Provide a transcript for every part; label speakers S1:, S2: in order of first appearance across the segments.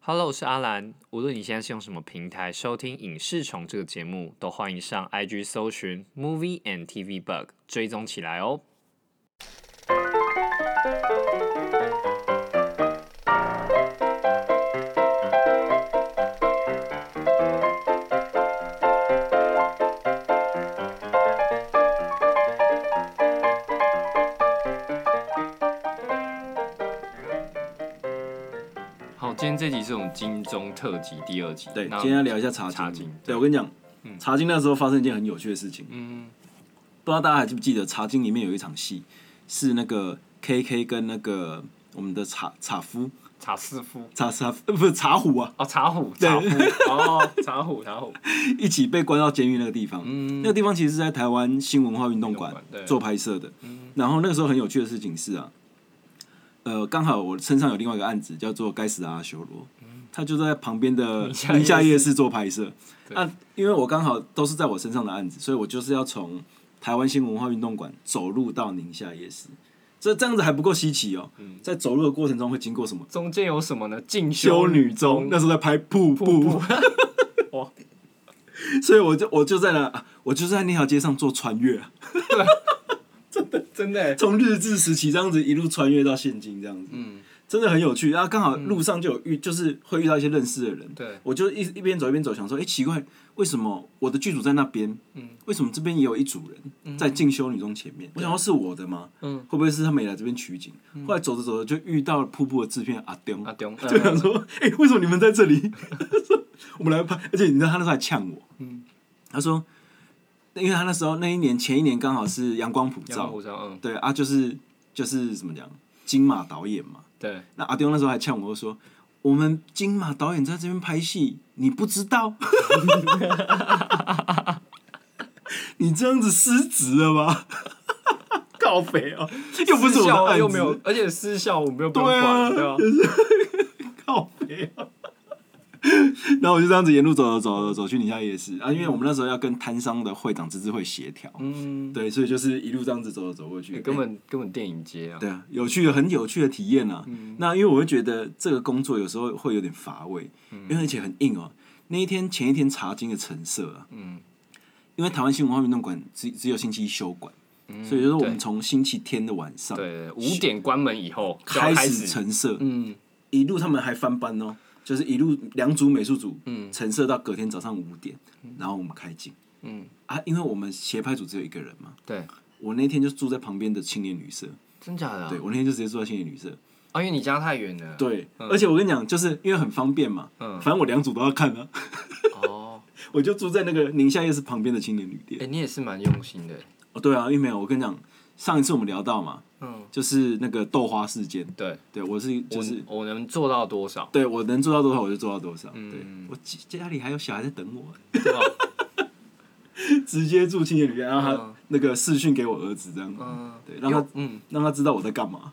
S1: Hello，我是阿兰。无论你现在是用什么平台收听《影视虫》这个节目，都欢迎上 IG 搜寻 Movie and TV Bug 追踪起来哦。好，今天这集是我们金钟特辑第二集。
S2: 对，
S1: 那
S2: 今天要聊一下茶经。
S1: 茶经
S2: 对我跟你讲，茶经那时候发生一件很有趣的事情。嗯，不知道大家还记不记得，茶经里面有一场戏是那个 KK 跟那个我们的茶茶夫
S1: 茶师傅
S2: 茶茶呃不是茶壶啊，
S1: 哦，茶虎，茶虎，哦，茶虎，茶虎，
S2: 一起被关到监狱那个地方。嗯，那个地方其实是在台湾新文化运动馆嗯
S1: 运动馆对
S2: 做拍摄的。然后那个时候很有趣的事情是啊，呃，刚好我身上有另外一个案子叫做《该死的阿修罗》，他就在旁边的
S1: 下
S2: 嗯宁夏
S1: 夜
S2: 夜
S1: 市
S2: 市做拍摄。啊，因为我刚好都是在我身上的案子，所以我就是要从台湾新文化运动馆走路到宁夏夜市。这这样子还不够稀奇哦，在走路的过程中会经过什么？
S1: 中间有什么呢？进
S2: 修
S1: 修
S2: 女中，那时候在拍瀑布，
S1: 哇，
S2: 所以我就我就在那，啊我就在那条街上做穿越、啊，
S1: 真的耶，欸
S2: 从日治时期这样子一路穿越到现今这样子，嗯，真的很有趣。然后刚好路上就有遇，就是会遇到一些认识的人，
S1: 对，
S2: 我就一一边走一边走，想说，哎、奇怪，为什么我的剧组在那边，嗯，为什么这边也有一组人在进修女中前面？我想说是我的吗？嗯，会不会是他们也来这边取景？后来走着走着就遇到了瀑布的制片阿东，
S1: 阿东
S2: 就想说，哎、为什么你们在这里？ 我们来拍，而且你知道他那时候还呛我，嗯，他说，因为他那时候那一年前一年刚好是阳光普
S1: 杨
S2: 照，
S1: 虎章，嗯，
S2: 对啊，就是就是怎么讲，金马导演嘛，
S1: 对，
S2: 那阿丢那时候还呛我说：“我们金马导演在这边拍戏，你不知道？ 你这样子失职了吧？ 告肥哦， 又不是
S1: 私
S2: 我的
S1: 校
S2: 案子，
S1: 又没有，而且私校我们又不用
S2: 对啊
S1: 管，对吧？
S2: 告肥哦。” 然后我就这样子沿路走走走走走去宁夏夜市啊，因为我们那时候要跟摊商的会长自治会协调，
S1: 嗯，
S2: 对，所以就是一路这样子走走走过去，哎
S1: 欸根本根本电影街啊，
S2: 对啊，有趣的很有趣的体验啊。
S1: 嗯
S2: 那因为我会觉得这个工作有时候会有点乏味，
S1: 嗯
S2: 因为而且很硬哦、那一天前一天查经的成色啊，
S1: 嗯
S2: 因为台湾新文化运动馆只只有星期一休馆，所以就是我们从星期天的晚上
S1: 嗯对，五点关门以后就要
S2: 开
S1: 开
S2: 始成色，
S1: 嗯，
S2: 一路他们还翻班哦、就是一路两组美术组，嗯，成色到隔天早上五点，然后我们开镜，
S1: 嗯
S2: 啊，因为我们协拍组只有一个人嘛，
S1: 对，
S2: 我那天就住在旁边的青年旅社，
S1: 真假的啊？
S2: 对我那天就直接住在青年旅社，
S1: 啊，因为你家太远了。，
S2: 对，而且我跟你讲，就是因为很方便嘛，
S1: 嗯
S2: 反正我两组都要看啊，
S1: 哦，
S2: 我就住在那个宁夏夜市旁边的青年旅
S1: 哎、
S2: 店。
S1: 你也是蛮用心的。
S2: 哦，对啊，因为没有，我跟你讲，上一次我们聊到嘛，
S1: 嗯，
S2: 就是那个豆花事件，
S1: 对，
S2: 对我是就是？
S1: 我我能做到多少
S2: 对我能做到多少我就做到多少，对我家家里还有小孩在等我，
S1: 嗯 对吧？
S2: 直接住青年旅店，然后他
S1: 嗯
S2: 那个视讯给我儿子这样，
S1: 嗯，
S2: 对，让他
S1: 嗯，
S2: 让他知道我在干嘛。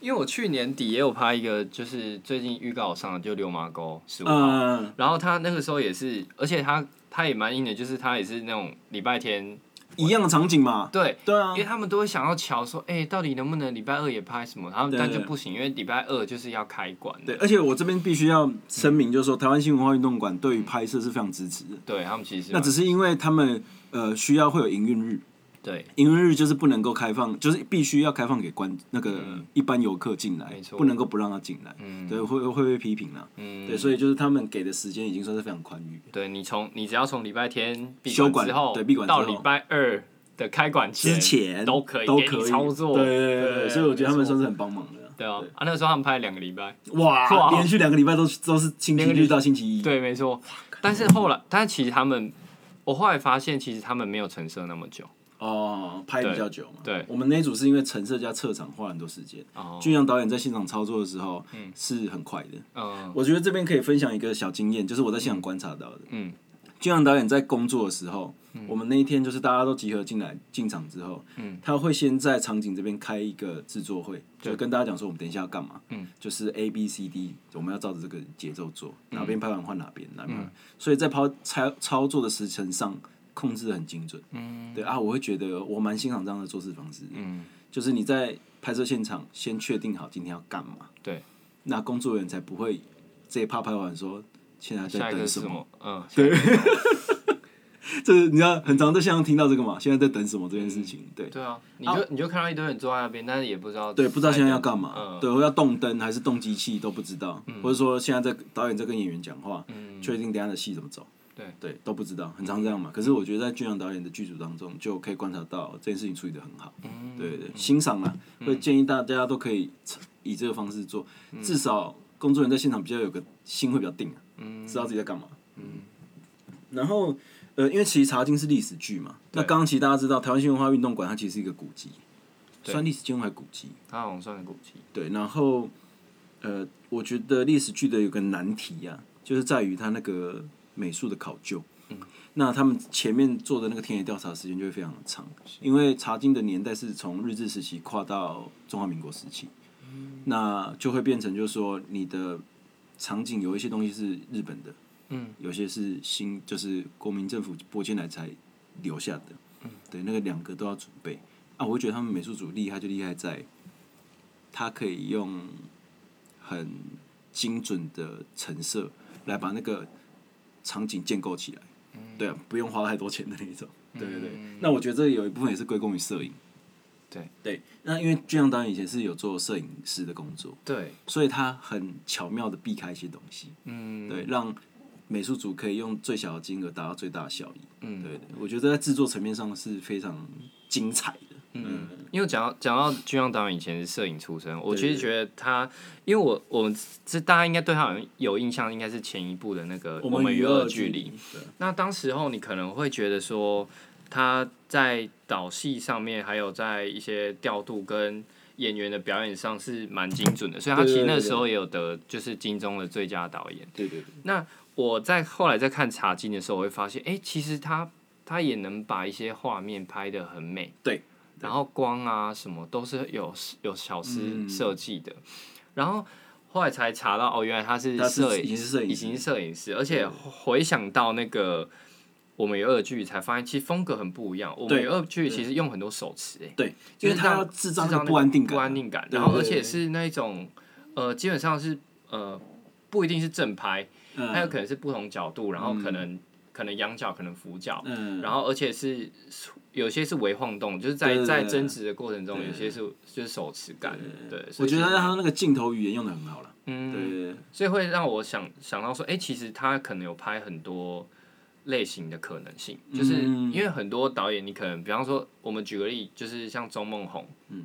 S1: 因为我去年底也有拍一个，就是最近预告上的，就《流麻沟》十五号。
S2: 嗯，
S1: 然后他那个时候也是，而且他他也蛮硬的，就是他也是那种礼拜
S2: 嗯
S1: 天，
S2: 一样的场景嘛，
S1: 对，
S2: 对啊
S1: 因为，他们都会想要瞧说，哎、到底能不能礼拜二也拍什么？然后
S2: 对
S1: 但就
S2: 对
S1: 不行，因为礼拜二就是要开馆，
S2: 对，而且我这边必须要声明，就是说台湾新文化运动馆对于拍摄是非常支持的。
S1: 对他们其实
S2: 那只是因为他们呃需要会有营运日，
S1: 对
S2: 营运日就是不能够开放，就是必须要开放给观那个一般游客进来
S1: 嗯没，错嗯
S2: 不能够不让他进来，对，会会被批评啦，对，所以就是他们给的时间已经算是非常宽裕。
S1: 对你从你只要从礼拜天闭
S2: 休
S1: 馆
S2: 馆
S1: 之后，
S2: 对闭馆之
S1: 到
S2: 后
S1: 礼拜二的开馆
S2: 之前
S1: 都可以
S2: 都
S1: 给你
S2: 可以
S1: 操作，
S2: 对对对对，所以我觉得他们
S1: 没错
S2: 算是很帮忙的啦。
S1: 对啊啊，那时候他们拍了两个礼拜，哇
S2: 哇，连续两个礼拜都是都是星期
S1: 两个礼
S2: 日到星期一，
S1: 对，没错。但是后来，但是其实他们，我后来发现，其实他们没有成色那么久。
S2: 哦，拍比较久嘛。
S1: 对对
S2: 我们那一组是因为陈设加撤场花很多时间，
S1: 哦，
S2: 俊阳导演在现场操作的时候是很快的，
S1: 嗯
S2: 我觉得这边可以分享一个小经验，就是我在现场观察到的。
S1: 嗯，
S2: 俊阳导演在工作的时候，我们那一天就是大家都集合进来进场之后，嗯，他会先在场景这边开一个制作会，就跟大家讲说我们等一下要干嘛，嗯，就是 A B C D，我们要照着这个节奏做，哪边拍完换哪边，哪边拍完，所以在抛操操作的时程上控制的很精准，嗯，对啊，我会觉得我蛮欣赏这样的做事方式，嗯，就是你在拍摄现场先确定好今天要干嘛，
S1: 对，
S2: 那工作人员才不会这一趴拍完说，现在
S1: 下
S2: 在
S1: 一个
S2: 等
S1: 是
S2: 什
S1: 什
S2: 么？
S1: 么？嗯，对
S2: 这是你知道，很常在现场听到这个嘛？现在在等什么这件事情？对
S1: 对啊，你就你就看到一堆人坐在那边，但是也不知道
S2: 对，不知道现在要干
S1: 嗯
S2: 嘛，对，或要动灯还是动机器都不知道，或者说现在在导演在跟演员讲话，确定等一下的戏怎么走。
S1: 嗯对
S2: 对，都不知道，很常这样嘛。可是我觉得在俊阳导演的剧组当中，就可以观察到这件事情处理的很好。
S1: 嗯
S2: 对对，对欣赏啊，会建议大家都可以以这个方式做，
S1: 嗯
S2: 至少工作人员在现场比较有个心会比较定啊，
S1: 嗯
S2: 知道自己在干嘛。嗯然后呃，因为其实茶经是历史剧嘛，那刚刚其实大家知道，台湾新文化运动馆它其实是一个古迹，算历史建筑还古迹。
S1: 他好像算个古迹，
S2: 对，然后呃，我觉得历史剧的有个难题啊，就是在于它那个美术的考究。那他们前面做的那个田野调查时间就会非常的长，因为查经的年代是从日治时期跨到中华民国时期，那就会变成就是说你的场景有一些东西是日本的，嗯，有些是新就是国民政府拨进来才留下的，嗯，对，那个两个都要准备啊，我会觉得他们美术组厉害就厉害在他可以用很精准的陈设来把那个场景建构起来。对啊，不用花太多钱的那一种。对对对，那我觉得这有一部分也是归功于摄影。
S1: 对
S2: 嗯对，那因为俊阳导演以前是有做摄影师的工作，
S1: 对，
S2: 所以他很巧妙的避开一些东西，
S1: 嗯，
S2: 对，让美术组可以用最小的金额达到最大的效益。
S1: 嗯
S2: 对，我觉得在制作层面上是非常精彩的。嗯，
S1: 嗯，因为讲到讲到军央导演以前是摄影出身，我其实觉得他，因为我我们这大家应该对他好像有印象，应该是前一部的那个《我们与恶的距离》。，
S2: 对
S1: 那当时候你可能会觉得说，他在导戏上面，还有在一些调度跟演员的表演上是蛮精准的，所以他
S2: 对
S1: 其
S2: 对
S1: 实
S2: 对
S1: 那
S2: 对
S1: 时候也有得就是金钟的最佳导演。
S2: 对对对，
S1: 我在后来在看《茶经》的时候，我会发现，哎、其实他他也能把一些画面拍得很美，
S2: 对，
S1: 然后光啊什么都是有有巧思
S2: 嗯
S1: 设计的，然后后来才查到，哦，原来他是
S2: 他
S1: 摄
S2: 是已
S1: 影
S2: 经是摄影
S1: 已
S2: 师
S1: 经是摄影师，而且回想到那个我们有二剧，才发现其实风格很不一样。我们
S2: 对
S1: 有二剧其实用很多手词，哎，
S2: 对，
S1: 就
S2: 因
S1: 是
S2: 为他
S1: 让
S2: 要制造
S1: 制
S2: 那
S1: 造
S2: 个
S1: 那
S2: 不安定
S1: 不
S2: 感
S1: 安
S2: 啊。
S1: 定感，
S2: 对
S1: 然后
S2: 对
S1: 而且
S2: 对
S1: 是那一种呃，基本上是呃不一定是正拍，它有
S2: 嗯
S1: 可能是不同角度，然后可能、可能仰角，可能俯角，
S2: 嗯，
S1: 然后而且是有些是微晃动，就是在
S2: 对对对
S1: 在
S2: 对
S1: 争执的过程中，
S2: 对
S1: 有些是就是手持感，对，所
S2: 我
S1: 以
S2: 觉得
S1: 是
S2: 他那个镜头语言用的很好了。对
S1: 嗯，
S2: 对对
S1: 所以会让我想想到说，哎、其实他可能有拍很多。类型的可能性，就是
S2: 嗯
S1: 因为很多导演，你可能比方说，我们举个例，就是像周梦红，
S2: 嗯，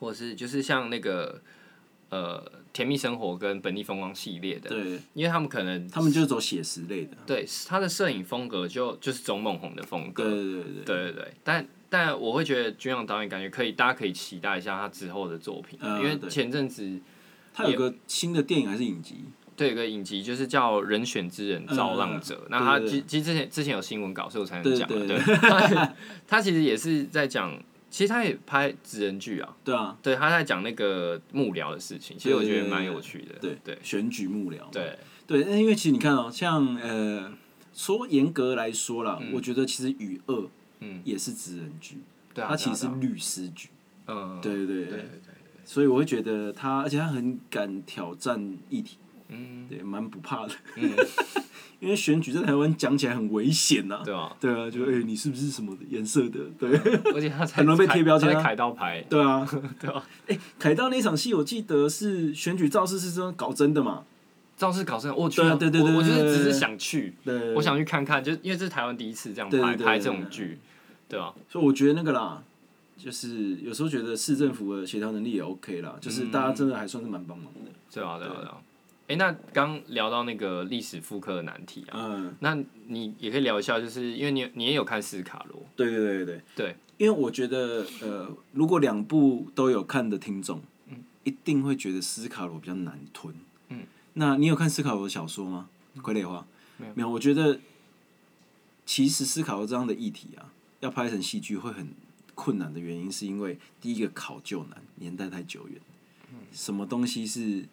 S1: 或是就是像那个呃《甜蜜生活》跟《本地风光》系列的，
S2: 对，
S1: 因为他们可能
S2: 他们就是走写实类的。
S1: 对，他的摄影风格就就是钟梦红的风
S2: 对
S1: 格，
S2: 对对对，
S1: 对对对。但但我会觉得君阳导演感觉可以，大家可以期待一下他之后的作品，
S2: 嗯
S1: 因为
S2: 对
S1: 前阵子
S2: 他有个新的电影还是影集？
S1: 对有个影集就是叫《人选之人
S2: 嗯
S1: 造浪者》，那
S2: 对
S1: 他
S2: 对
S1: 其
S2: 对
S1: 其实之前之前有新闻稿，所以我才能
S2: 对
S1: 讲嘛。
S2: 对
S1: 对， 他其实也是在讲，其实他也拍职人剧啊，
S2: 对啊，
S1: 对，他在讲那个幕僚的事情，其实我觉得蛮有趣的。
S2: 对
S1: 对
S2: 选举幕僚。
S1: 对，
S2: 对，那因为其实你看哦，像呃，说严格来说啦，我觉得其实与恶
S1: 嗯
S2: 也是职人剧，
S1: 对啊，
S2: 它其实是
S1: 对啊
S2: 律师剧。
S1: 对啊嗯，
S2: 对对
S1: 对对
S2: 对，
S1: 对，
S2: 所以我会觉得他，而且他很敢挑战议题，
S1: 嗯
S2: 对，蛮不怕的。
S1: 嗯，
S2: 因为选举在台湾讲起来很危险呐、
S1: 对啊。
S2: 对啊，就哎、你是不是什么颜色的？对
S1: 而且他才
S2: 很容易被贴标签啊
S1: 他才凯刀牌，
S2: 对啊，
S1: 嗯 对吧？
S2: 哎、凯道那场戏我记得是选举造势是真的搞真的嘛？
S1: 肇事搞成我去，
S2: 对啊对对对
S1: 我我就是
S2: 对对
S1: 只
S2: 对
S1: 是想去，
S2: 对，
S1: 我想去看看，就因为这是台湾第一次这样
S2: 对
S1: 拍
S2: 对对
S1: 拍
S2: 对
S1: 这种
S2: 对
S1: 剧，对啊吧？
S2: 所以我觉得那个啦，就是有时候觉得市政府的协调能力也 OK 啦，就是大家真的还算是蛮帮忙的。
S1: 对啊，对啊，对啊。哎，那刚聊到那个历史复刻的难题啊，
S2: 嗯，
S1: 那你也可以聊一下，就是因为你你也有看斯卡罗，
S2: 对对对对
S1: 对，
S2: 因为我觉得呃，如果两部都有看的听众，一定会觉得斯卡罗比较难吞。
S1: 嗯，
S2: 那你有看斯卡罗的小说吗？傀儡花
S1: 没有
S2: 没有，我觉得其实斯卡罗这样的议题啊，要拍成戏剧会很困难的原因，是因为第一个考究难，年代太久远，
S1: 嗯
S2: 什么东西是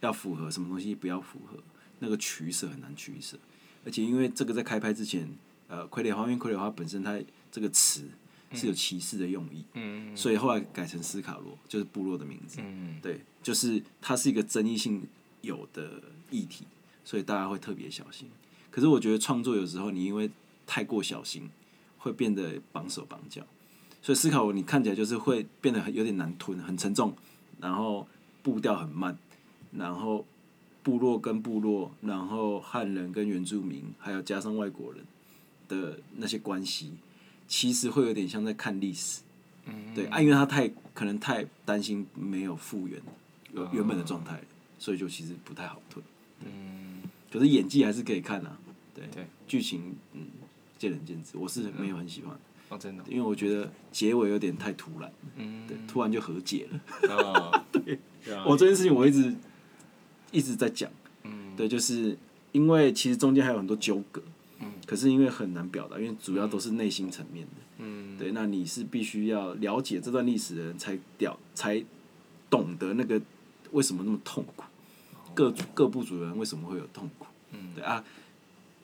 S2: 要符合，什么东西不要符合，那个取舍很难取舍。而且因为这个在开拍之前，呃，傀儡花，因为傀儡花本身它这个词是有歧视的用意，
S1: 嗯
S2: 所以后来改成斯卡罗，就是部落的名字。
S1: 嗯
S2: 对，就是它是一个争议性有的议题，所以大家会特别小心。可是我觉得创作有时候你因为太过小心，会变得绑手绑脚，所以思考你看起来就是会变得很有点难吞，很沉重，然后步调很慢，然后部落跟部落，然后汉人跟原住民，还有加上外国人的那些关系，其实会有点像在看历史。
S1: 嗯
S2: 对啊，因为他太可能太担心没有复原
S1: 嗯
S2: 原原本的状态了，所以就其实不太好推。
S1: 嗯
S2: 可是演技还是可以看啊，对
S1: 对，
S2: 剧情嗯见仁见智，我是没有很喜欢，
S1: 哦，真的哦，
S2: 因为我觉得结尾有点太突然，
S1: 嗯，
S2: 对，突然就和解了。
S1: 啊，对，
S2: 我这件事情我一直一直在讲，
S1: 嗯
S2: 对，就是因为其实中间还有很多纠葛，可是因为很难表达，因为主要都是内心层面的，
S1: 嗯
S2: 对，那你是必须要了解这段历史的人才了才懂得那个为什么那么痛苦，
S1: 哦
S2: 各各部主人为什么会有痛苦，
S1: 嗯
S2: 对啊，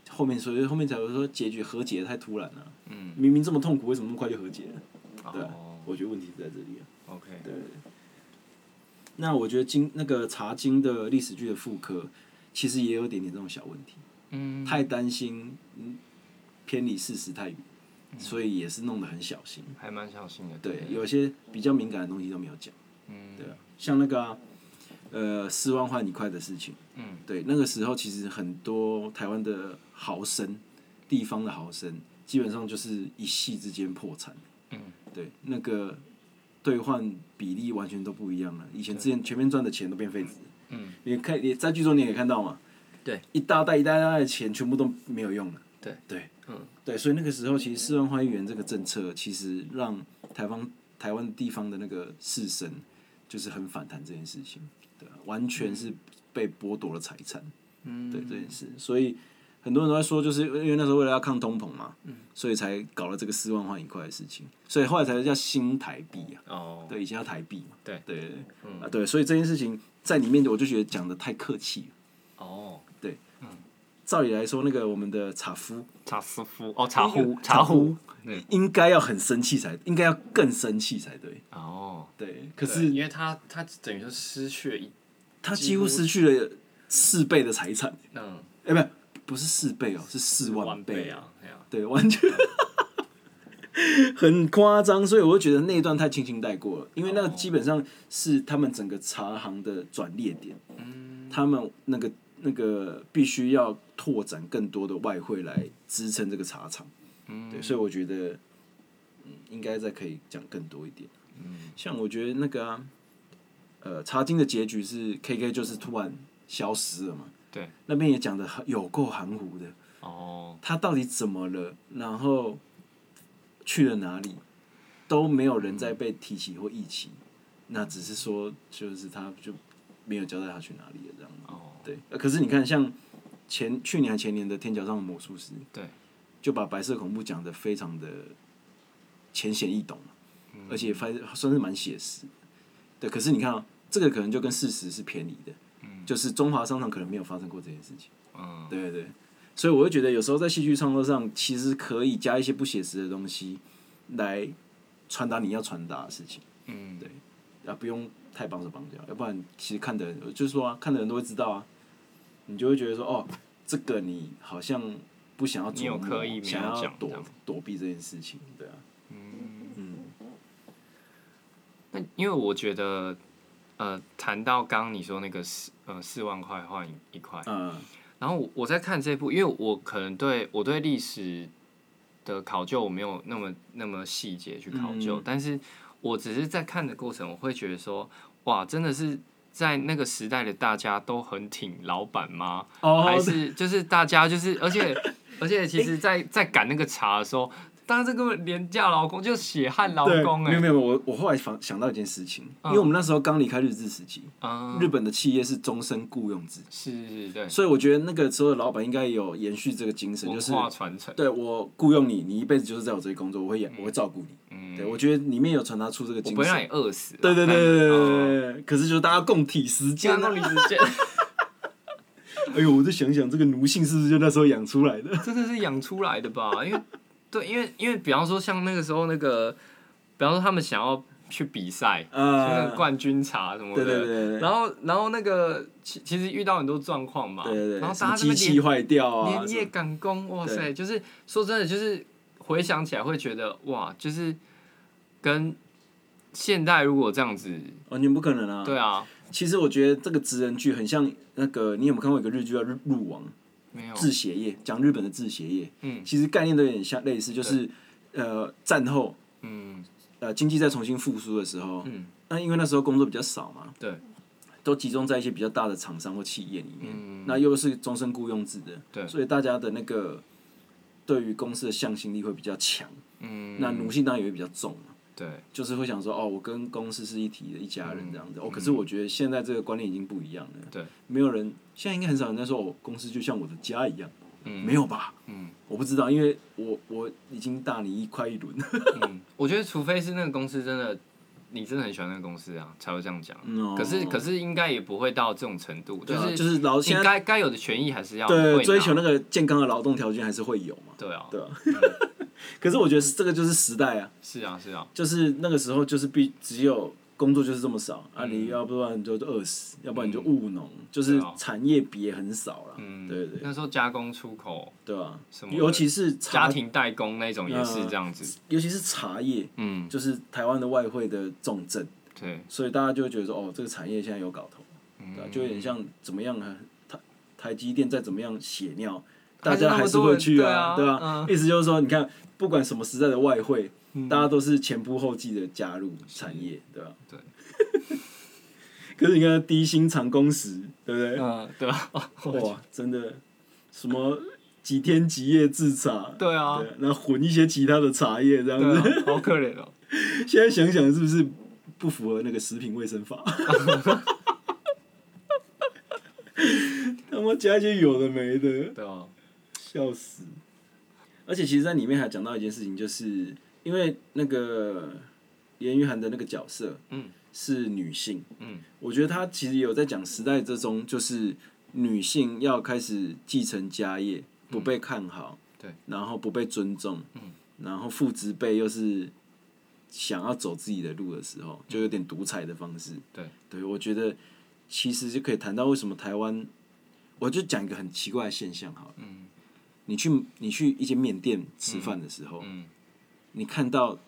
S2: 后面所以后面才会说结局和解得太突然了、
S1: 嗯，
S2: 明明这么痛苦，为什么那么快就和解了？对啊
S1: 哦，
S2: 我觉得问题是在这里啊。
S1: ，OK，
S2: 对。那我觉得金那个茶经的历史剧的复刻，其实也有一点点这种小问题，
S1: 嗯，
S2: 太担心嗯偏离事实太远，所以也是弄得很小心。
S1: 还蛮小心的，
S2: 对，有些比较敏感的东西都没有讲，
S1: 嗯，
S2: 对啊，像那个啊、呃四万换一块的事情，
S1: 嗯，
S2: 对，那个时候其实很多台湾的豪绅，地方的豪绅，基本上就是一夕之间破产，
S1: 嗯，
S2: 对，那个兑换比例完全都不一样了，以前之前全面赚的钱都变废纸，
S1: 嗯，
S2: 你看你在剧中你也可以看到嘛，
S1: 对，
S2: 一大袋一大袋的钱全部都没有用了，
S1: 对
S2: 对，
S1: 嗯，
S2: 对，所以那个时候其实四万花园这个政策，其实让台湾台湾地方的那个士绅就是很反弹这件事情，对啊，完全是被剥夺了财产，
S1: 嗯，
S2: 对这件事，所以很多人都在说，就是因为那时候为了要抗通膨嘛，
S1: 嗯
S2: 所以才搞了这个四万换一块的事情，所以后来才叫新台币啊，
S1: 哦，
S2: 对，以前叫台币嘛，
S1: 对嗯
S2: 对对，啊对，所以这件事情在里面我就觉得讲的太客气了，
S1: 哦，
S2: 照理来说，那个我们的茶夫
S1: 茶师傅，哦，茶壶，
S2: 啊茶
S1: 壶
S2: 壶，
S1: 对，
S2: 应该要很生气才，应该要更生气才对，
S1: 哦，
S2: 对，可
S1: 对
S2: 是
S1: 因为他他等于说失去了一，
S2: 他几乎失去了四倍的财产，
S1: 嗯，
S2: 哎、不，不是四倍哦、是四万
S1: 万
S2: 倍
S1: 倍！啊，哎呀，
S2: 对，完全很夸张，所以我就觉得那一段太轻轻带过了，因为那基本上是他们整个茶行的转捩点，他们那个那个必须要拓展更多的外汇来支撑这个茶厂，对，所以我觉得嗯应该再可以讲更多一点，像我觉得那个啊，呃，茶经的结局是 KK 就是突然消失了嘛，
S1: 对，
S2: 那边也讲的有够含糊的。
S1: 哦，
S2: 他到底怎么了，然后去了哪里，都没有人再被提起或忆起。那只是说，就是他就没有交代他去哪里了这样。
S1: 哦，
S2: 对，呃可是你看，像前去年还前年的《天桥上的魔术师》，
S1: 对，
S2: 就把白色恐怖讲的非常的浅显易懂嘛，
S1: 嗯
S2: 而且反算是蛮写实的。对，可是你看、啊，这个可能就跟事实是偏离的，就是中华商场可能没有发生过这件事情。
S1: 嗯，
S2: 对对对，所以我会觉得有时候在戏剧创作上，其实可以加一些不写实的东西来传达你要传达的事情，
S1: 嗯，对，
S2: 啊，不用太绑手绑脚，要不然其实看的人就是说啊，看的人都会知道啊，你就会觉得说哦，这个你好像不想要
S1: 你有
S2: 琢磨
S1: 刻意没有
S2: 想要
S1: 讲
S2: 躲
S1: 这样
S2: 躲避这件事情，对啊，
S1: 那因为我觉得，呃，谈到刚刚你说那个四呃四万块换一一块，
S2: 嗯
S1: 然后我我在看这部，因为我可能对我对历史的考究我没有那么那么细节去考究，
S2: 嗯
S1: 但是我只是在看的过程，我会觉得说，哇，真的是在那个时代的大家都很挺老板吗？还
S2: 哦，
S1: 是就是大家就是，而 且而且其实在，在赶那个茶的时候，大家这个廉价劳工就血汗劳
S2: 对，
S1: 工
S2: 没
S1: 哎、
S2: 有没有，我我后来想想到一件事情，因为我们那时候刚离开日治时期，
S1: 嗯，
S2: 日本的企业是终身雇佣制。
S1: 是是是，对，
S2: 所以我觉得那个时候的老板应该有延续这个精神，就是
S1: 文化传承，
S2: 对我雇佣你，你一辈子就是在我这里工作，我会养，我会照顾你。
S1: 嗯，
S2: 对我觉得里面有传达出这个
S1: 我
S2: 精
S1: 不会让
S2: 神
S1: 你。饿死啊，
S2: 对对对对对
S1: 对，
S2: 对对。可是就是大家共体时
S1: 这
S2: 间
S1: 样
S2: 啊
S1: 弄！你直接。
S2: 哎呦，我就想想这个奴性是不是就那时候养出来 的？
S1: 真的是养出 来的吧？因为对，因为因为比方说像那个时候那个，比方说他们想要去比赛，就那个
S2: 呃，
S1: 冠军茶什么的。
S2: 对对对对
S1: 然后，然后那个其其实遇到很多状况嘛，
S2: 对对
S1: 然
S2: 对，
S1: 后
S2: 什
S1: 大家
S2: 么
S1: 这边
S2: 机
S1: 连
S2: 器坏掉啊
S1: 连，夜赶工，哇
S2: 对
S1: 塞！就是说真的，就是回想起来会觉得哇，就是跟现代如果这样子，
S2: 完全不可能啊。
S1: 对啊，
S2: 其实我觉得这个职人剧很像那个，你有没有看过一个日剧叫《入入王》？
S1: 没有，
S2: 制鞋业，讲日本的制鞋业，
S1: 哦嗯，
S2: 其实概念都有点像类似，就是呃战后
S1: 嗯，
S2: 呃经济再重新复苏的时候，
S1: 嗯，
S2: 那因为那时候工作比较少嘛，
S1: 对，
S2: 都集中在一些比较大的厂商或企业里面，
S1: 嗯
S2: 那又是终身雇佣制的，
S1: 对
S2: 所以大家的那个对于公司的向心力会比较强，
S1: 嗯，
S2: 那奴性当然也会比较重嘛。
S1: 对，
S2: 就是会想说，哦，我跟公司是一体的一家人这样子。哦，可是我觉得现在这个观念已经不一样了。
S1: 嗯对，
S2: 没有人现在应该很少人在说，哦，公司就像我的家一样。
S1: 嗯
S2: 没有吧？
S1: 嗯
S2: 我不知道，因为我我已经大你一快一轮。
S1: 嗯，我觉得除非是那个公司真的，你真的很喜欢那个公司啊，才会这样讲。
S2: 嗯
S1: 可是，可
S2: 是
S1: 是应该也不会到这种程度，
S2: 对啊
S1: 是
S2: 就
S1: 就是
S2: 劳
S1: 你
S2: 现在
S1: 该该有的权益还是要
S2: 对追求
S1: 的，
S2: 那个健康的劳动条件还是会有嘛？
S1: 对啊，
S2: 对啊。可是我觉得是这个就是时代啊，
S1: 是啊，是啊，
S2: 就是那个时候就是必只有工作就是这么少啊，你要不然你就饿
S1: 嗯
S2: 死，要不然你就务农，就是
S1: 对啊
S2: 产业别很少了。
S1: 嗯，
S2: 对对
S1: 那时候加工出口
S2: 对吧？
S1: 什么的，
S2: 尤其是茶
S1: 家，庭代工那种也
S2: 嗯
S1: 是这样子，
S2: 尤其是茶叶，
S1: 嗯，
S2: 就是台湾的外汇的重镇，
S1: 对，
S2: 所以大家就会觉得说，哦，这个产业现在有搞头，对啊、
S1: 嗯
S2: 就有点像怎么样啊，台台积电再怎么样血尿，大家还是会去啊，
S1: 还是那么多人对啊
S2: 对啊，意思就是说，你看，不管什么时代的外汇，
S1: 嗯
S2: 大家都是前仆后继的加入产业，对吧、
S1: 对。
S2: 可是你看低薪长工时，对不对？
S1: 嗯，对啊，
S2: 哇，真的，什么几天几夜制茶，
S1: 对啊，
S2: 对，然后混一些其他的茶叶这样
S1: 对
S2: 子。
S1: 啊，好可怜哦，
S2: 现在想想是不是不符合那个食品卫生法？他妈加一些有的没的，
S1: 对啊，
S2: 笑死！而且其实，在里面还讲到一件事情，就是因为那个严于涵的那个角色，
S1: 嗯，
S2: 是女性，
S1: 嗯，
S2: 我觉得她其实有在讲时代之中，就是女性要开始继承家业，不被看好，
S1: 嗯对，
S2: 然后不被尊重，
S1: 嗯，
S2: 然后父职辈又是想要走自己的路的时候，就有点独裁的方式，
S1: 嗯对，
S2: 对我觉得其实就可以谈到为什么台湾，我就讲一个很奇怪的现象好了，
S1: 嗯
S2: 你去你去一间面店吃饭的时候，
S1: 嗯
S2: 你看到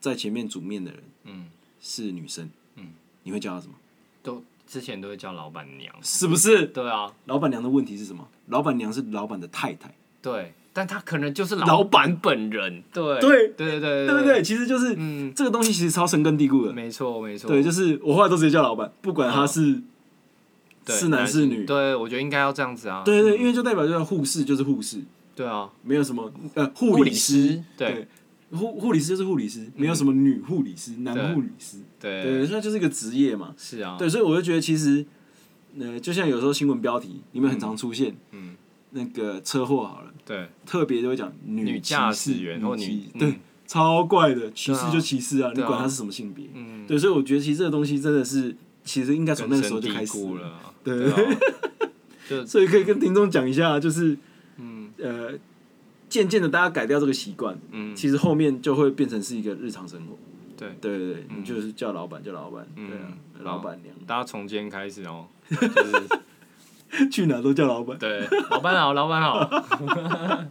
S2: 在前面煮面的人
S1: 嗯，
S2: 是女生，
S1: 嗯，
S2: 你会叫她什么？
S1: 都之前都会叫老板娘，
S2: 是不是？
S1: 对啊，
S2: 老板娘的问题是什么？老板娘是老板的太太，
S1: 对，但他可能就是
S2: 老
S1: 老板本人，对，
S2: 对
S1: 对对对
S2: 对不对？其实就是、
S1: 嗯，
S2: 这个东西，其实超深根蒂固的。
S1: 没错没错，
S2: 对，就是我后来都直接叫老板，不管他是、
S1: 对
S2: 是男是女。
S1: 对我觉得应该要这样子啊，
S2: 对对，嗯因为就代表就是护士就是护士，
S1: 对啊，
S2: 没有什么呃护理师，
S1: 对
S2: 护护理师就是护理师，没有什么女护理师、男护理师。
S1: 对
S2: 对，那就是一个职业嘛。
S1: 是啊，
S2: 对，所以我就觉得其实，呃，就像有时候新闻标题里面很常出现，
S1: 嗯，
S2: 那个车祸好了，
S1: 对
S2: 特别就会讲
S1: 女
S2: 骑
S1: 驾
S2: 士
S1: 驶员或女
S2: 骑
S1: 嗯
S2: 对，超怪的，歧
S1: 对
S2: 视
S1: 啊
S2: 就歧视啊，你
S1: 对啊
S2: 管他是什么性别，
S1: 嗯
S2: 对，所以我觉得其实这个东西真的是，其实应该从那个时候就开始
S1: 根深蒂固，了，
S2: 对
S1: 对 啊，就
S2: 所以可以跟听众讲一下，就是
S1: 嗯
S2: 呃，渐渐的大家改掉这个习惯，
S1: 嗯，
S2: 其实后面就会变成是一个日常生活，
S1: 对
S2: 对对对，你就是叫老板叫老板，
S1: 嗯
S2: 对啊，
S1: 好
S2: 老板娘
S1: 大家从今天开始哦，就是
S2: 去哪都叫老板，
S1: 对，老板好，老板好，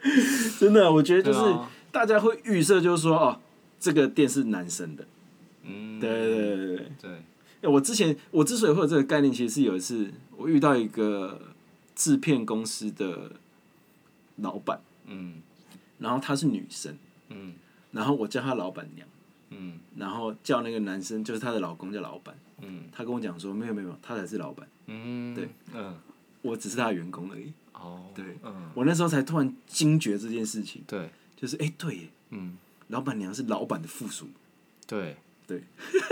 S2: 真的啊，我觉得就是
S1: 对啊
S2: 大家会预设就是说哦，这个店是男生的，
S1: 嗯，
S2: 对对对对对对。
S1: 对，
S2: 欸我之前我之所以会有这个概念，其实是有一次我遇到一个制片公司的老板，
S1: 嗯
S2: 然后她是女生，
S1: 嗯
S2: 然后我叫她老板娘，
S1: 嗯
S2: 然后叫那个男生就是她的老公叫老板，
S1: 嗯
S2: 他跟我讲说没有没有，没有他才是老板，
S1: 嗯，
S2: 对，
S1: 嗯，
S2: 我只是他的员工而已。
S1: 哦，
S2: 对
S1: 嗯，
S2: 我那时候才突然惊觉这件事情，
S1: 对，
S2: 就是哎、欸对耶，
S1: 嗯
S2: 老板娘是老板的附属，
S1: 对
S2: 对，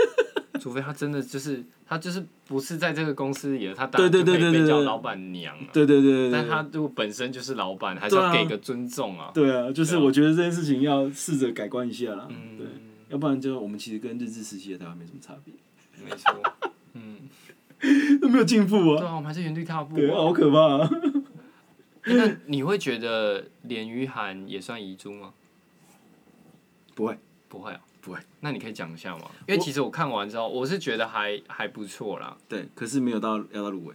S1: 除非他真的就是他就是不是在这个公司里的，他当
S2: 对
S1: 然
S2: 对
S1: 就
S2: 对
S1: 可以
S2: 对
S1: 被
S2: 对
S1: 叫
S2: 对
S1: 老板娘啊，
S2: 对对对对
S1: 但
S2: 对
S1: 他
S2: 对。
S1: 如果本身就是老板，还是要
S2: 对啊
S1: 给个尊重啊，
S2: 对啊，就是
S1: 对啊
S2: 我觉得这件事情要试着改观一下啦，对，
S1: 嗯，
S2: 要不然就我们其实跟日治时期的台湾没什么差别，
S1: 没错，
S2: 啊
S1: 嗯，
S2: 都没有进步
S1: 对
S2: 啊，
S1: 啊，我们还是原地踏步
S2: 对，
S1: 啊。
S2: 好可怕啊！
S1: 欸那
S2: 嗯
S1: 你会觉得连于涵也算遗珠吗？
S2: 不会，
S1: 不会啊，
S2: 不不会。
S1: 那你可以讲一下吗？因为其实我看完之后，我是觉得还还不错啦。
S2: 对，可是没有到要到入围。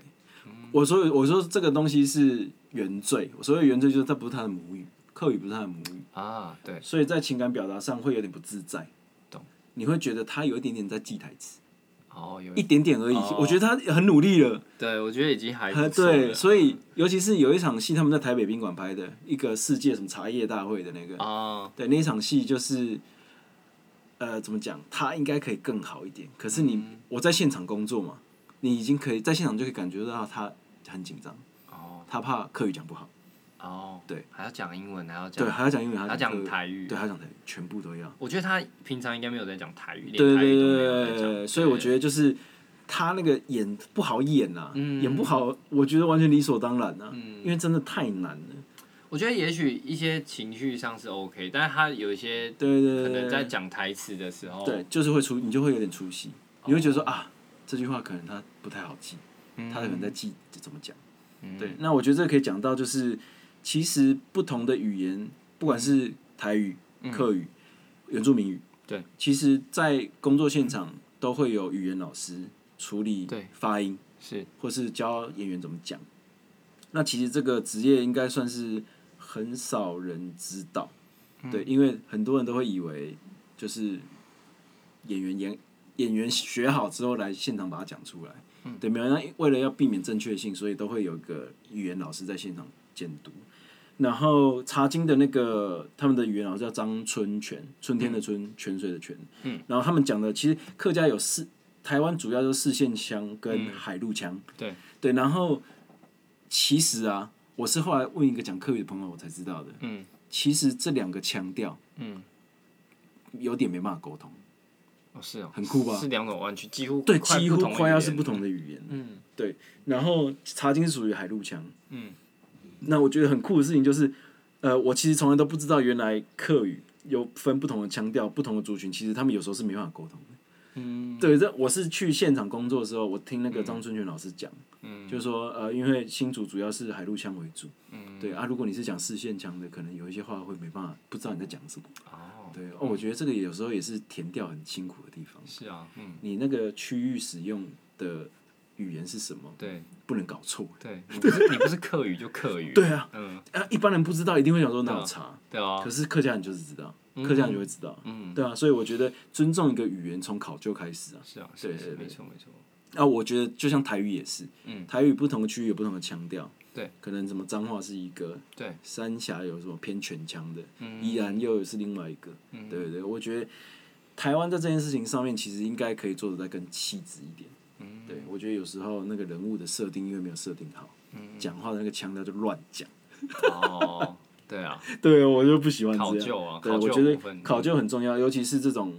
S2: 我说我说这个东西是原罪，我所谓原罪就是它不是他的母语，客语不是他的母语，
S1: 啊，对，
S2: 所以在情感表达上会有点不自在。
S1: 懂？
S2: 你会觉得他有一点点在记台词，
S1: 哦，有
S2: 一点点而已。
S1: 哦
S2: 我觉得他很努力了。
S1: 对，我觉得已经还
S2: 呃，
S1: 不错嗯
S2: 对，
S1: 了。
S2: 所以尤其是有一场戏，他们在台北宾馆拍的一个世界什么茶叶大会的那个，
S1: 啊，
S2: 对，那一场戏就是，呃，怎么讲，他应该可以更好一点。可是你、
S1: 嗯
S2: 我在现场工作嘛，你已经可以在现场就可以感觉到他很紧张，
S1: 哦，
S2: 他怕课语讲不好，
S1: 哦，
S2: 对，
S1: 还要讲英文，还要讲
S2: 对，，还要讲英语，还
S1: 还要
S2: 要
S1: 讲
S2: 客
S1: 台语
S2: 对，还要讲台语，全部都要。
S1: 我觉得他平常应该没有在讲台语，
S2: 对
S1: 连台
S2: 对
S1: 语都
S2: 对
S1: 没有
S2: 对
S1: 在
S2: 对
S1: 讲，
S2: 对，所以我觉
S1: 得
S2: 得就是他那个演不好演呐、
S1: 嗯
S2: 演不好，我觉得完全理所当然呐、啊
S1: 嗯
S2: 因为真的太难了。
S1: 我觉得也许一些情绪上是 OK，但是他有一些
S2: 对对对，
S1: 可能
S2: 对
S1: 在讲台词的时候，
S2: 对，就是会出，你就会有点出戏，你会觉得说啊，这句话可能他不太好记，
S1: 嗯，
S2: 他可能在记怎么讲。
S1: 嗯
S2: 对，那我觉得这可以讲到，就是其实不同的语言，不管是台语、客语、原住民语，
S1: 嗯对，
S2: 其实在工作现场都会有语言老师处理
S1: 对
S2: 发音，
S1: 是
S2: 或是教演员怎么讲。那其实这个职业应该算是很少人知道，
S1: 嗯
S2: 对，因为很多人都会以为就是演员演演员学好之后来现场把它讲出来，
S1: 嗯
S2: 对，没有那为了要避免正确性，所以都会有一个语言老师在现场监督。然后茶经的那个他们的语言老师叫张春泉，春天的春，泉水的泉。嗯，然后他们讲的其实客家有四，台湾主要就是四线腔跟海陆腔。
S1: 嗯对
S2: 对，然后其实啊，我是后来问一个讲客语的朋友，我才知道的。
S1: 嗯，
S2: 其实这两个腔调，
S1: 嗯，
S2: 有点没办法沟通。
S1: 哦是哦，
S2: 很酷吧
S1: 是两种完全几乎
S2: 对，
S1: 快
S2: 几
S1: 不
S2: 乎
S1: 同的
S2: 快要是
S1: 语言
S2: 不同的语言。
S1: 嗯，
S2: 对。然后茶经是属于海陆腔。
S1: 嗯。
S2: 那我觉得很酷的事情就是，呃，我其实从来都不知道原来客语有分不同的腔调、不同的族群，其实他们有时候是没办法沟通的。
S1: 嗯，
S2: 对，这我是去现场工作的时候，我听那个张春泉老师讲，
S1: 嗯
S2: 就是说呃，因为新竹主要是海陆腔为主，
S1: 嗯
S2: 对啊，如果你是讲四线腔的，可能有一些话会没办法，不知道你在讲什么。
S1: 哦
S2: 对，哦，我觉得这个有时候也是填调很辛苦的地方，
S1: 是啊，嗯
S2: 你那个区域使用的语言是什么，
S1: 对
S2: 不能搞错。
S1: 对，你不是你不是客语就客语，
S2: 对啊，
S1: 嗯
S2: 啊，一般人不知道，一定会想说那有差，
S1: 对啊
S2: 可，是客家人就是知道，客家人就会知道。
S1: 嗯
S2: 对啊，所以我觉得尊重一个语言从考究开始啊。
S1: 是啊
S2: 对
S1: 是是
S2: 对
S1: 没
S2: 对
S1: 错没错，
S2: 啊，我觉得就像台语也是，
S1: 嗯
S2: 台语不同的区域有不同的腔调，
S1: 对，
S2: 可能什么彰化是一个，
S1: 对，
S2: 三峡有什么偏全腔的，
S1: 嗯
S2: 宜兰又是另外一个，对对对，我觉得台湾在这件事情上面其实应该可以做的再更细致一点，
S1: 嗯
S2: 对我觉得有时候那个人物的设定因为没有设定好，
S1: 嗯
S2: 讲话的那个腔调就乱讲，
S1: 哦对 啊，
S2: 对我就不喜欢这样，
S1: 考究啊
S2: 对，
S1: 考究
S2: 我觉得
S1: 部分
S2: 考究很重要，尤其是这种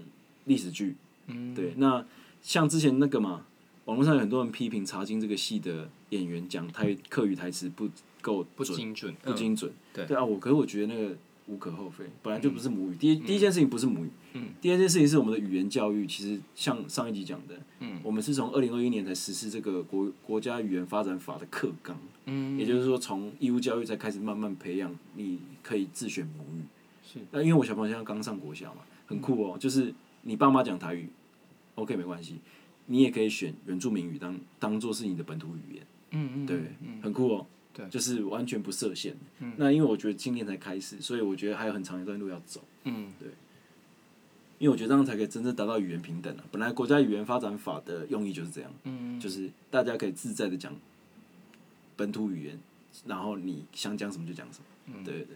S2: 历史剧。
S1: 嗯
S2: 对，那像之前那个嘛，网络上有很多人批评《茶经》这个戏的演员讲台客语台词不够
S1: 不
S2: 准
S1: 精准，
S2: 不
S1: 嗯
S2: 精准。
S1: 对
S2: 啊，我可是我觉得那个无可厚非，本来就不是母语。第一第一件事情不是母语，
S1: 嗯，
S2: 第二件事情是我们的语言教育，其实像上一集讲的，
S1: 嗯，
S2: 我们是从二零二一年才实施这个国国家语言发展法的课纲，
S1: 嗯
S2: 也就是说从义务教育才开始慢慢培养你可以自选母语。
S1: 是，嗯
S2: 那因为我小朋友现在刚上国小嘛，很酷哦，就是你爸妈讲台语，OK 没关系，你也可以选原住民语当当做是你的本土语言。
S1: 嗯嗯
S2: 对，
S1: 嗯
S2: 很酷哦。
S1: 对嗯
S2: 就是完全不设限。那因为我觉得今年才开始，所以我觉得还有很长一段路要走。
S1: 嗯
S2: 因为我觉得这样才可以真正达到语言平等啊！本来国家语言发展法的用意就是这样，
S1: 嗯
S2: 就是大家可以自在的讲本土语言，然后你想讲什么就讲什么。
S1: 嗯
S2: 对对对，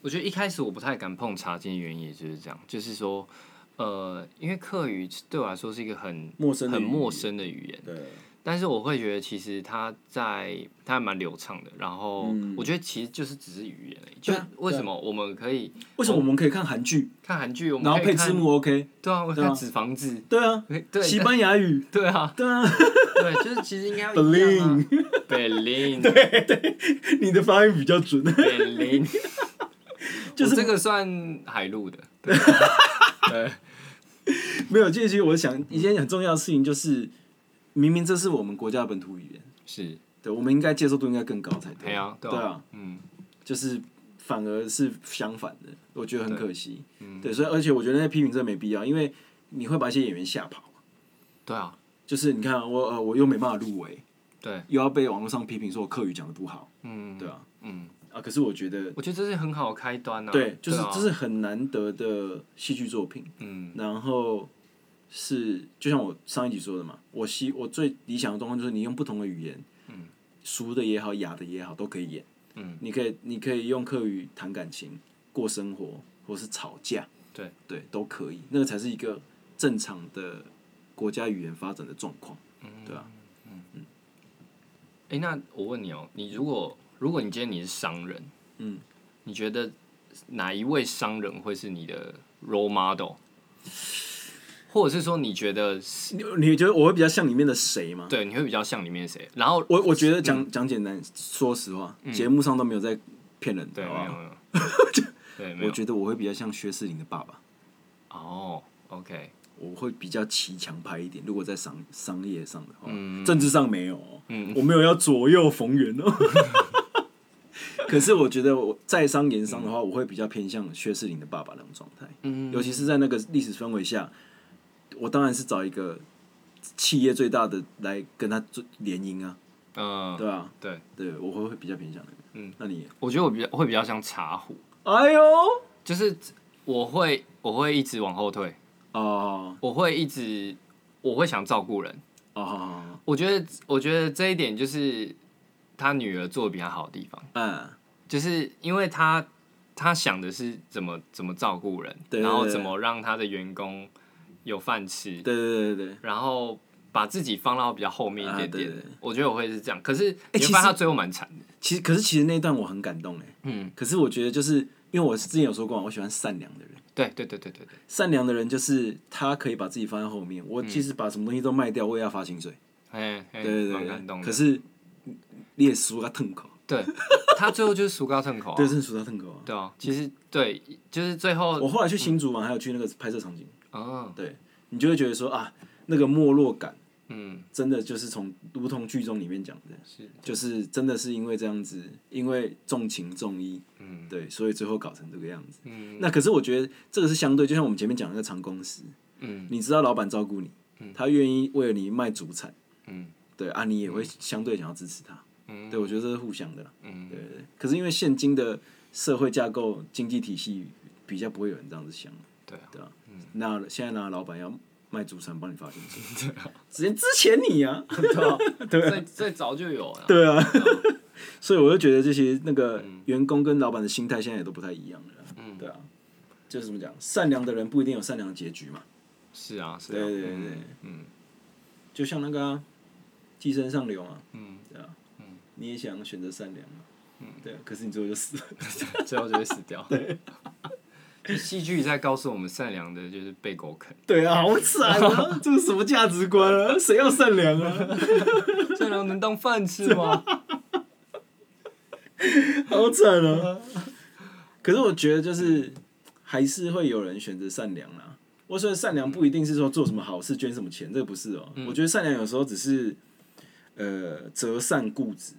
S1: 我觉得一开始我不太敢碰茶经的原因也就是这样，就是说，呃，因为客语对我来说是一个很
S2: 陌生的
S1: 很
S2: 语言
S1: 陌生的语言，
S2: 对，
S1: 但是我会觉得其实它在它还蛮流畅的，然后
S2: 嗯
S1: 我觉得其实就是只是语言而已，就
S2: 对啊
S1: 为什么我们可以
S2: 为什么我们可以看韩剧，
S1: 看韩剧，我们
S2: 然后
S1: 可以
S2: 配
S1: 看
S2: 字，幕 OK？
S1: 对啊，我
S2: 对啊
S1: 看《纸房子
S2: 对啊，》，
S1: 对
S2: 西班牙语，
S1: 对啊，
S2: 对啊，
S1: 对，就是其实应该要一样啊，北林，
S2: 你的发音比较准。
S1: 北林，
S2: 就是
S1: 我这个算海陆的，对，对
S2: 没有，这些我想一件很重要的事情就是，明明这是我们国家的本土语言。
S1: 是，
S2: 对，我们应该接受度应该更高才
S1: 对
S2: 对。
S1: 啊，
S2: 对啊，
S1: 嗯。
S2: 就是反而是相反的，我觉得很可惜。
S1: 嗯
S2: 对，所以而且我觉得那些批评真的没必要，因为你会把一些演员吓跑。
S1: 对啊，
S2: 就是你看我呃，我又没办法入围，
S1: 对，
S2: 又要被网络上批评说我课语讲的不好
S1: 嗯，
S2: 对啊，
S1: 嗯，
S2: 啊。可是我觉得，
S1: 我觉得这是很好的开端啊。
S2: 对，就是
S1: 啊
S2: 这是很难得的戏剧作品。
S1: 嗯
S2: 然后是就像我上一集说的嘛，我希我最理想的状况就是你用不同的语言，
S1: 嗯，
S2: 熟的也好，雅的也好，都可以演。
S1: 嗯，
S2: 你可以你可以用客语谈感情、过生活，或是吵架，
S1: 对
S2: 对，都可以。那个才是一个正常的国家语言发展的状况。
S1: 诶，那我问你哦、你如果如果你今天你是商人，
S2: 嗯，
S1: 你觉得哪一位商人会是你的 role model？或者是说，你觉得是
S2: 你你觉得我会比较像里面的谁吗？
S1: 对你会嗯比较像里面谁？然后
S2: 我我觉得讲讲简单，说实话，节目上都没有在骗人
S1: 嗯对
S2: 的，好不
S1: 没有
S2: 好？
S1: 没有，对没
S2: 我
S1: 有
S2: 觉得我会比较像薛世林的爸爸。
S1: 哦，OK，
S2: 我会比较骑强派一点。如果在商商业上的话，
S1: 嗯
S2: 政治上没有哦，
S1: 嗯
S2: 我没有要左右逢源哦。 可是我觉得我在商言商的话，我会比较偏向薛士林的爸爸那种状态，
S1: 嗯
S2: 尤其是在那个历史氛围下，我当然是找一个企业最大的来跟他做联姻啊，
S1: 嗯，
S2: 对啊，
S1: 对，
S2: 对，我会会比较偏向那个。
S1: 嗯，
S2: 那你，
S1: 我觉得我比较会比较像茶壶，
S2: 哎呦，
S1: 就是我会我会一直往后退，
S2: 哦
S1: 我会一直我会想照顾人。
S2: 哦，
S1: 我觉得我觉得这一点就是他女儿做的比他好的地方，
S2: 嗯，
S1: 就是因为他他想的是怎么怎么照顾人，
S2: 对
S1: 然后
S2: 对
S1: 怎么让他的员工有饭吃，
S2: 对对对对对，
S1: 然后把自己放到比较后面一点点。
S2: 啊对对
S1: 我觉得我会是这样，可是你会
S2: 其实
S1: 发现他最后蛮惨的。
S2: 其实可是其实那一段我很感动哎，
S1: 嗯，
S2: 可是我觉得，就是因为我之前有说过嘛，我喜欢善良的人。
S1: 对对对对对对，
S2: 善良的人就是他可以把自己放在后面。我即使把什么东西都卖掉，我也要发薪水。
S1: 哎，嗯哎
S2: 对对
S1: 蛮
S2: 对
S1: 感动
S2: 对。
S1: 的。
S2: 可是你也输他痛口，
S1: 对他最后就是数高蹭口、啊，
S2: 对，真的输他痛口啊！
S1: 对啊，其实对，就是最后
S2: 我后来去新竹嘛，还有去那个拍摄场景，
S1: 嗯
S2: 对你就会觉得说啊，那个没落感
S1: 嗯
S2: 真的就是从如同剧中里面讲的，
S1: 是
S2: 就是真的是因为这样子，因为重情重义，
S1: 嗯
S2: 对，所以最后搞成这个样子。
S1: 嗯
S2: 那可是我觉得这个是相对，就像我们前面讲的那个长工时，
S1: 嗯
S2: 你知道老板照顾你，他愿意为了你卖主产，
S1: 嗯
S2: 对啊，你也会相对想要支持他。
S1: 嗯
S2: 对，我觉得这是互相的啦。
S1: 嗯
S2: 对对对。可是因为现今的社会架构、经济体系比较不会有人这样子想，
S1: 对啊
S2: 对啊。那现在拿老板要卖主产帮你发薪水，直接之前你啊， 对啊，
S1: 最最早就有了，
S2: 对啊。所以我就觉得这些那个员工跟老板的心态现在也都不太一样了啦。对啊，就是怎么讲，善良的人不一定有善良的结局嘛。
S1: 是啊是啊，
S2: 对对对对
S1: 嗯嗯
S2: 就像那个、啊《寄生上流》嘛，
S1: 嗯
S2: 对啊，你也想选择善良嘛，对啊，可是你最后就死了。
S1: 最后就会死掉。对，戏剧在告诉我们，善良的就是被狗 啃，
S2: 对啊，好惨 啊！这是什么价值观啊？谁要善良啊？
S1: 善良能当饭吃吗？
S2: 好惨啊！ 可是我觉得就是还是会有人选择善良啊。我说的善良不一定是说做什么好事捐什么钱，这个不是哦、我觉得善良有时候只是呃择善固执。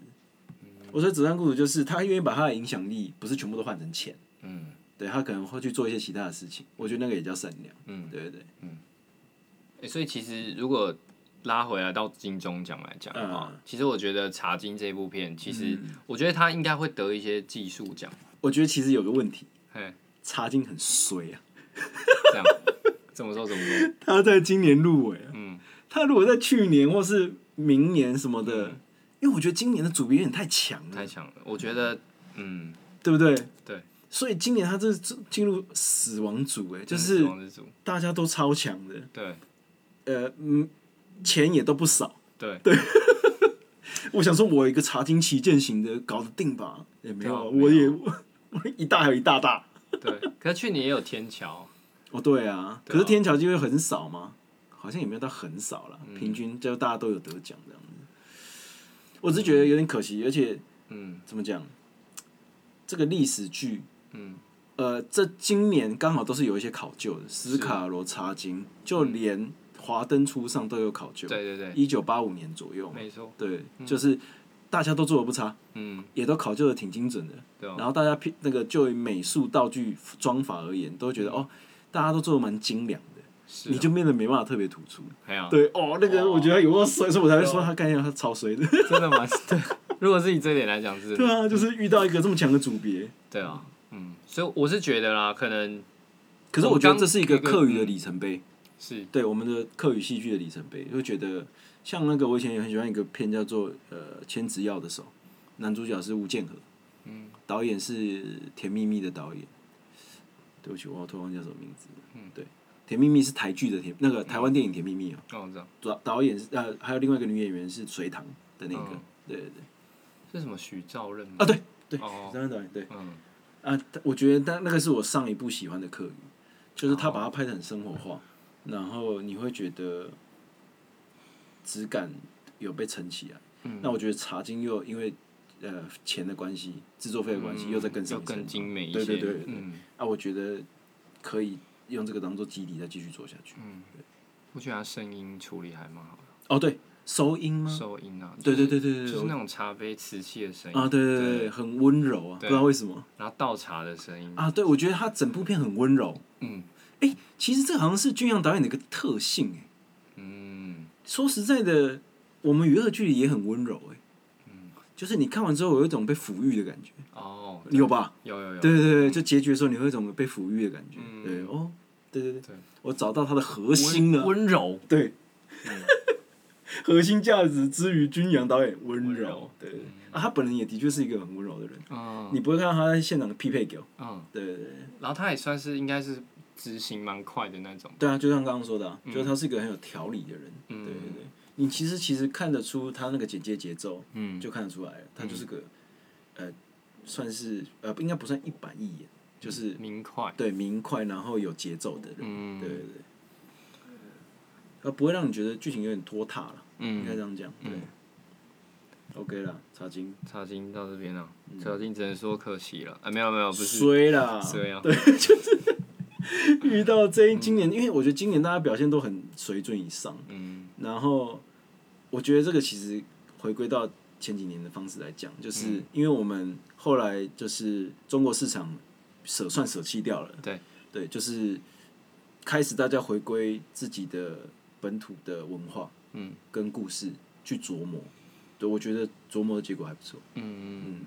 S2: 我说择善固执就是他愿意把他的影响力不是全部都换成钱，
S1: 嗯
S2: 对他可能会去做一些其他的事情。我觉得那个也叫善良，
S1: 嗯，
S2: 对对对，
S1: 欸所以其实如果拉回来到金钟奖来讲的话，
S2: 嗯
S1: 其实我觉得《茶金》这部片，其实我觉得他应该会得一些技术奖，
S2: 我觉得其实有个问题，
S1: 嘿，
S2: 查金很衰啊。
S1: 这 样怎么说怎么说？
S2: 他在今年入围啊，
S1: 嗯
S2: 他如果在去年或是明年什么的，
S1: 嗯
S2: 因为我觉得今年的组别有点太强了
S1: 太，强了，我觉得，嗯，
S2: 对不对？
S1: 对，
S2: 所以今年他这进入死亡组、哎，就
S1: 嗯死
S2: 是
S1: 亡之组，
S2: 大家都超强的，
S1: 对
S2: 呃，嗯，钱也都不少。
S1: 对
S2: 我想说，我有一个查经旗舰型的搞得定吧？也、没有啊，
S1: 对啊
S2: 我
S1: 没
S2: 也
S1: 有
S2: 我一大还有一大大。
S1: 对。可是去年也有天桥，
S2: 哦，对啊，
S1: 对啊
S2: 可是天桥机会很少吗？好像也没有到很少啦，
S1: 嗯
S2: 平均就大家都有得奖这样子。我只是觉得有点可惜，而且
S1: 嗯
S2: 怎么讲，这个历史剧，
S1: 嗯
S2: 呃，这今年刚好都是有一些考究的，斯卡罗查金，就连华灯初上都有考究，
S1: 对对对，嗯
S2: 一九八五年左右嘛，
S1: 没错，
S2: 对，就是大家都做的不差，
S1: 嗯，
S2: 也都考究的挺精准的。
S1: 对啊
S2: 然后大家那个就以美术道具装法而言，都觉得哦，大家都做的蛮精良的，
S1: 嗯是
S2: 你就变得没办法特别突出。
S1: 哎呀，
S2: 对哦，那个
S1: 哦
S2: 我觉得有够衰，所以我才会说
S1: 对啊
S2: 他概念他超衰的。
S1: 真的蛮对。如果是以这点来讲是，
S2: 对啊，就是遇到一个这么强的组别，
S1: 对啊，嗯，所以我是觉得啦，可能
S2: 可是
S1: 我
S2: 我觉得
S1: 刚
S2: 这是一个
S1: 一个
S2: 课余的
S1: 嗯
S2: 里程碑，
S1: 是
S2: 对我们的课余戏剧的里程碑，就觉得像那个我以前也很喜欢一个片叫做呃《千纸要的手》，男主角是吴建和，嗯，导演是《甜蜜蜜》的导演，对不起，我突然忘记叫什么名字，嗯，对，《甜蜜蜜》是台剧的甜，那个台湾电影《甜蜜蜜》哦，
S1: 哦，我知道
S2: 导导演是呃还有另外一个女演员是隋棠的那个，
S1: 嗯
S2: 对对对，
S1: 是什么许兆任吗？
S2: 啊对对，
S1: 哦
S2: 隋棠导演对
S1: 嗯，
S2: 啊，我觉得但那个是我上一部喜欢的课余，就是他把它拍的很生活化，然后你会觉得质感有被撑起来。
S1: 嗯
S2: 那我觉得茶经又因为呃钱的关系、制作费的关系，又在更
S1: 嗯
S2: 上
S1: 又
S2: 一层
S1: 更精美一
S2: 对
S1: 些，
S2: 对对对
S1: 嗯，
S2: 啊，我觉得可以用这个当做基底再继续做下
S1: 嗯
S2: 去。
S1: 我觉得他声音处理还蛮好的，
S2: 哦，对，收音吗？
S1: 收音啊，
S2: 嗯对对
S1: 就是
S2: 对对对
S1: 就
S2: 对
S1: 是
S2: 我
S1: 那种茶杯瓷器的声音
S2: 啊，对对对对，很温柔啊，不知道为什么
S1: 然后倒茶的声音，
S2: 啊，对我觉得他整部片很温柔。
S1: 嗯
S2: 哎、其实这个好像是俊阳导演的一个特性、哎。
S1: 嗯，
S2: 说实在的，我们与恶的距离也很温柔哎、就是你看完之后有一种被抚育的感觉，
S1: 哦，
S2: 有吧？
S1: 有有有，
S2: 对对对对，就结局的时候你会有一种被抚育的感觉，
S1: 嗯
S2: 对哦，对对对，
S1: 对
S2: 我找到它的核
S1: 温
S2: 心了，
S1: 温柔，嗯
S2: 对， 核心价值之于君阳导演温
S1: 温
S2: 柔
S1: 柔，
S2: 对对对啊，他本人也的确是一个很温柔的人，
S1: 嗯
S2: 你不会看到他在现场的匹配狗，
S1: 嗯，
S2: 对对对
S1: 然后他也算是应该是执行蛮快的那种，
S2: 对啊，就像刚刚说的、啊，就是他是一个很有条理的人，
S1: 嗯
S2: 对对对，你其实其实看得出他那个剪接节奏，
S1: 嗯，
S2: 就看得出来了，他就是个、呃，算是呃，不应该不算一板一眼，就是、
S1: 明嗯快，
S2: 对明快，然后有节奏的人，
S1: 嗯，
S2: 对对对，呃，不会让你觉得剧情有点拖沓了，应该这
S1: 嗯，
S2: 样讲，对、OK 啦，茶金，
S1: 茶嗯经到这边了，茶经只能说可惜了，啊，没有没有，不嗯是啊
S2: 衰啦，
S1: 这样，
S2: 遇到这一今年，因为我觉得今年大家表现都很水准以上，
S1: 嗯
S2: 然后我觉得这个其实回归到前几年的方式来讲，就是因为我们后来就是中国市场舍算舍弃掉了，
S1: 对
S2: 对，就是开始大家回归自己的本土的文化，
S1: 嗯，
S2: 跟故事去琢磨，对我觉得琢磨的结果还不错，
S1: 嗯嗯嗯。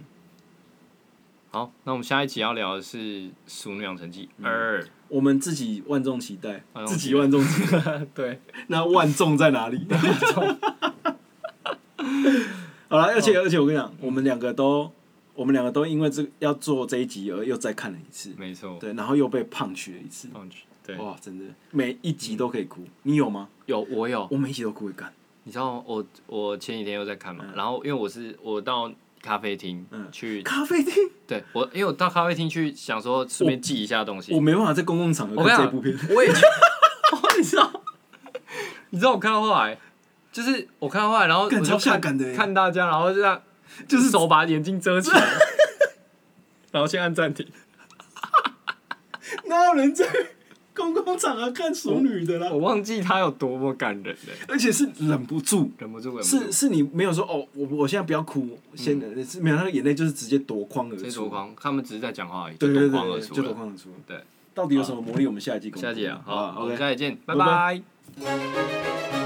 S1: 好，那我们下一集要聊的是《熟女养成记二》
S2: 我们自己万众期待
S1: 万，众
S2: 自
S1: 期待
S2: 己万众期待，
S1: 对，
S2: 那万众在哪里？ 好了，而且
S1: 哦
S2: 而且我
S1: 嗯
S2: 跟你讲，我们两个都，我们两个都因为这个要做这一集而又再看了一次，
S1: 没错，
S2: 对，然后又被胖去了一次，
S1: 放去，哦对，嗯
S2: 哇，真的每一集都可以哭，你有吗？
S1: 有我有，
S2: 我每一集都哭会干，
S1: 你知道我我前几天又在看嘛，然后因为我是我到咖啡厅
S2: 嗯
S1: 去，
S2: 咖啡厅
S1: 对我因为我到咖啡厅去想说顺便记一下东西
S2: 我，没办法在公共场合
S1: 我跟你
S2: 看这
S1: 讲
S2: 部片，
S1: 我也去，哦你知道，你知道我看到后来，就是我看到后来，然后我
S2: 干
S1: 就
S2: 超下
S1: 看
S2: 感的耶欸
S1: 看大家，然后就这样，就是手把眼睛遮起来， 然后先按暂停，
S2: 哪有人在公共场合看熟女的啦
S1: 我？忘记他有多么感人了，
S2: 而且是忍不住，
S1: 忍不住忍不住
S2: 是，是你没有说哦，我我现在不要哭，先忍是没有，那个眼泪嗯就是直接夺眶而出，
S1: 这夺眶，他们只是在讲话而已，
S2: 对对
S1: 夺
S2: 对
S1: 眶而
S2: 对，就
S1: 出
S2: 夺
S1: 了。
S2: 眶而出。
S1: 对，
S2: 到底有什么魔力？我们下一季公布。
S1: 下集啊，
S2: 好不
S1: 好，
S2: 好
S1: 我们
S2: ，OK。
S1: 下集见，拜
S2: 拜
S1: 拜。
S2: 拜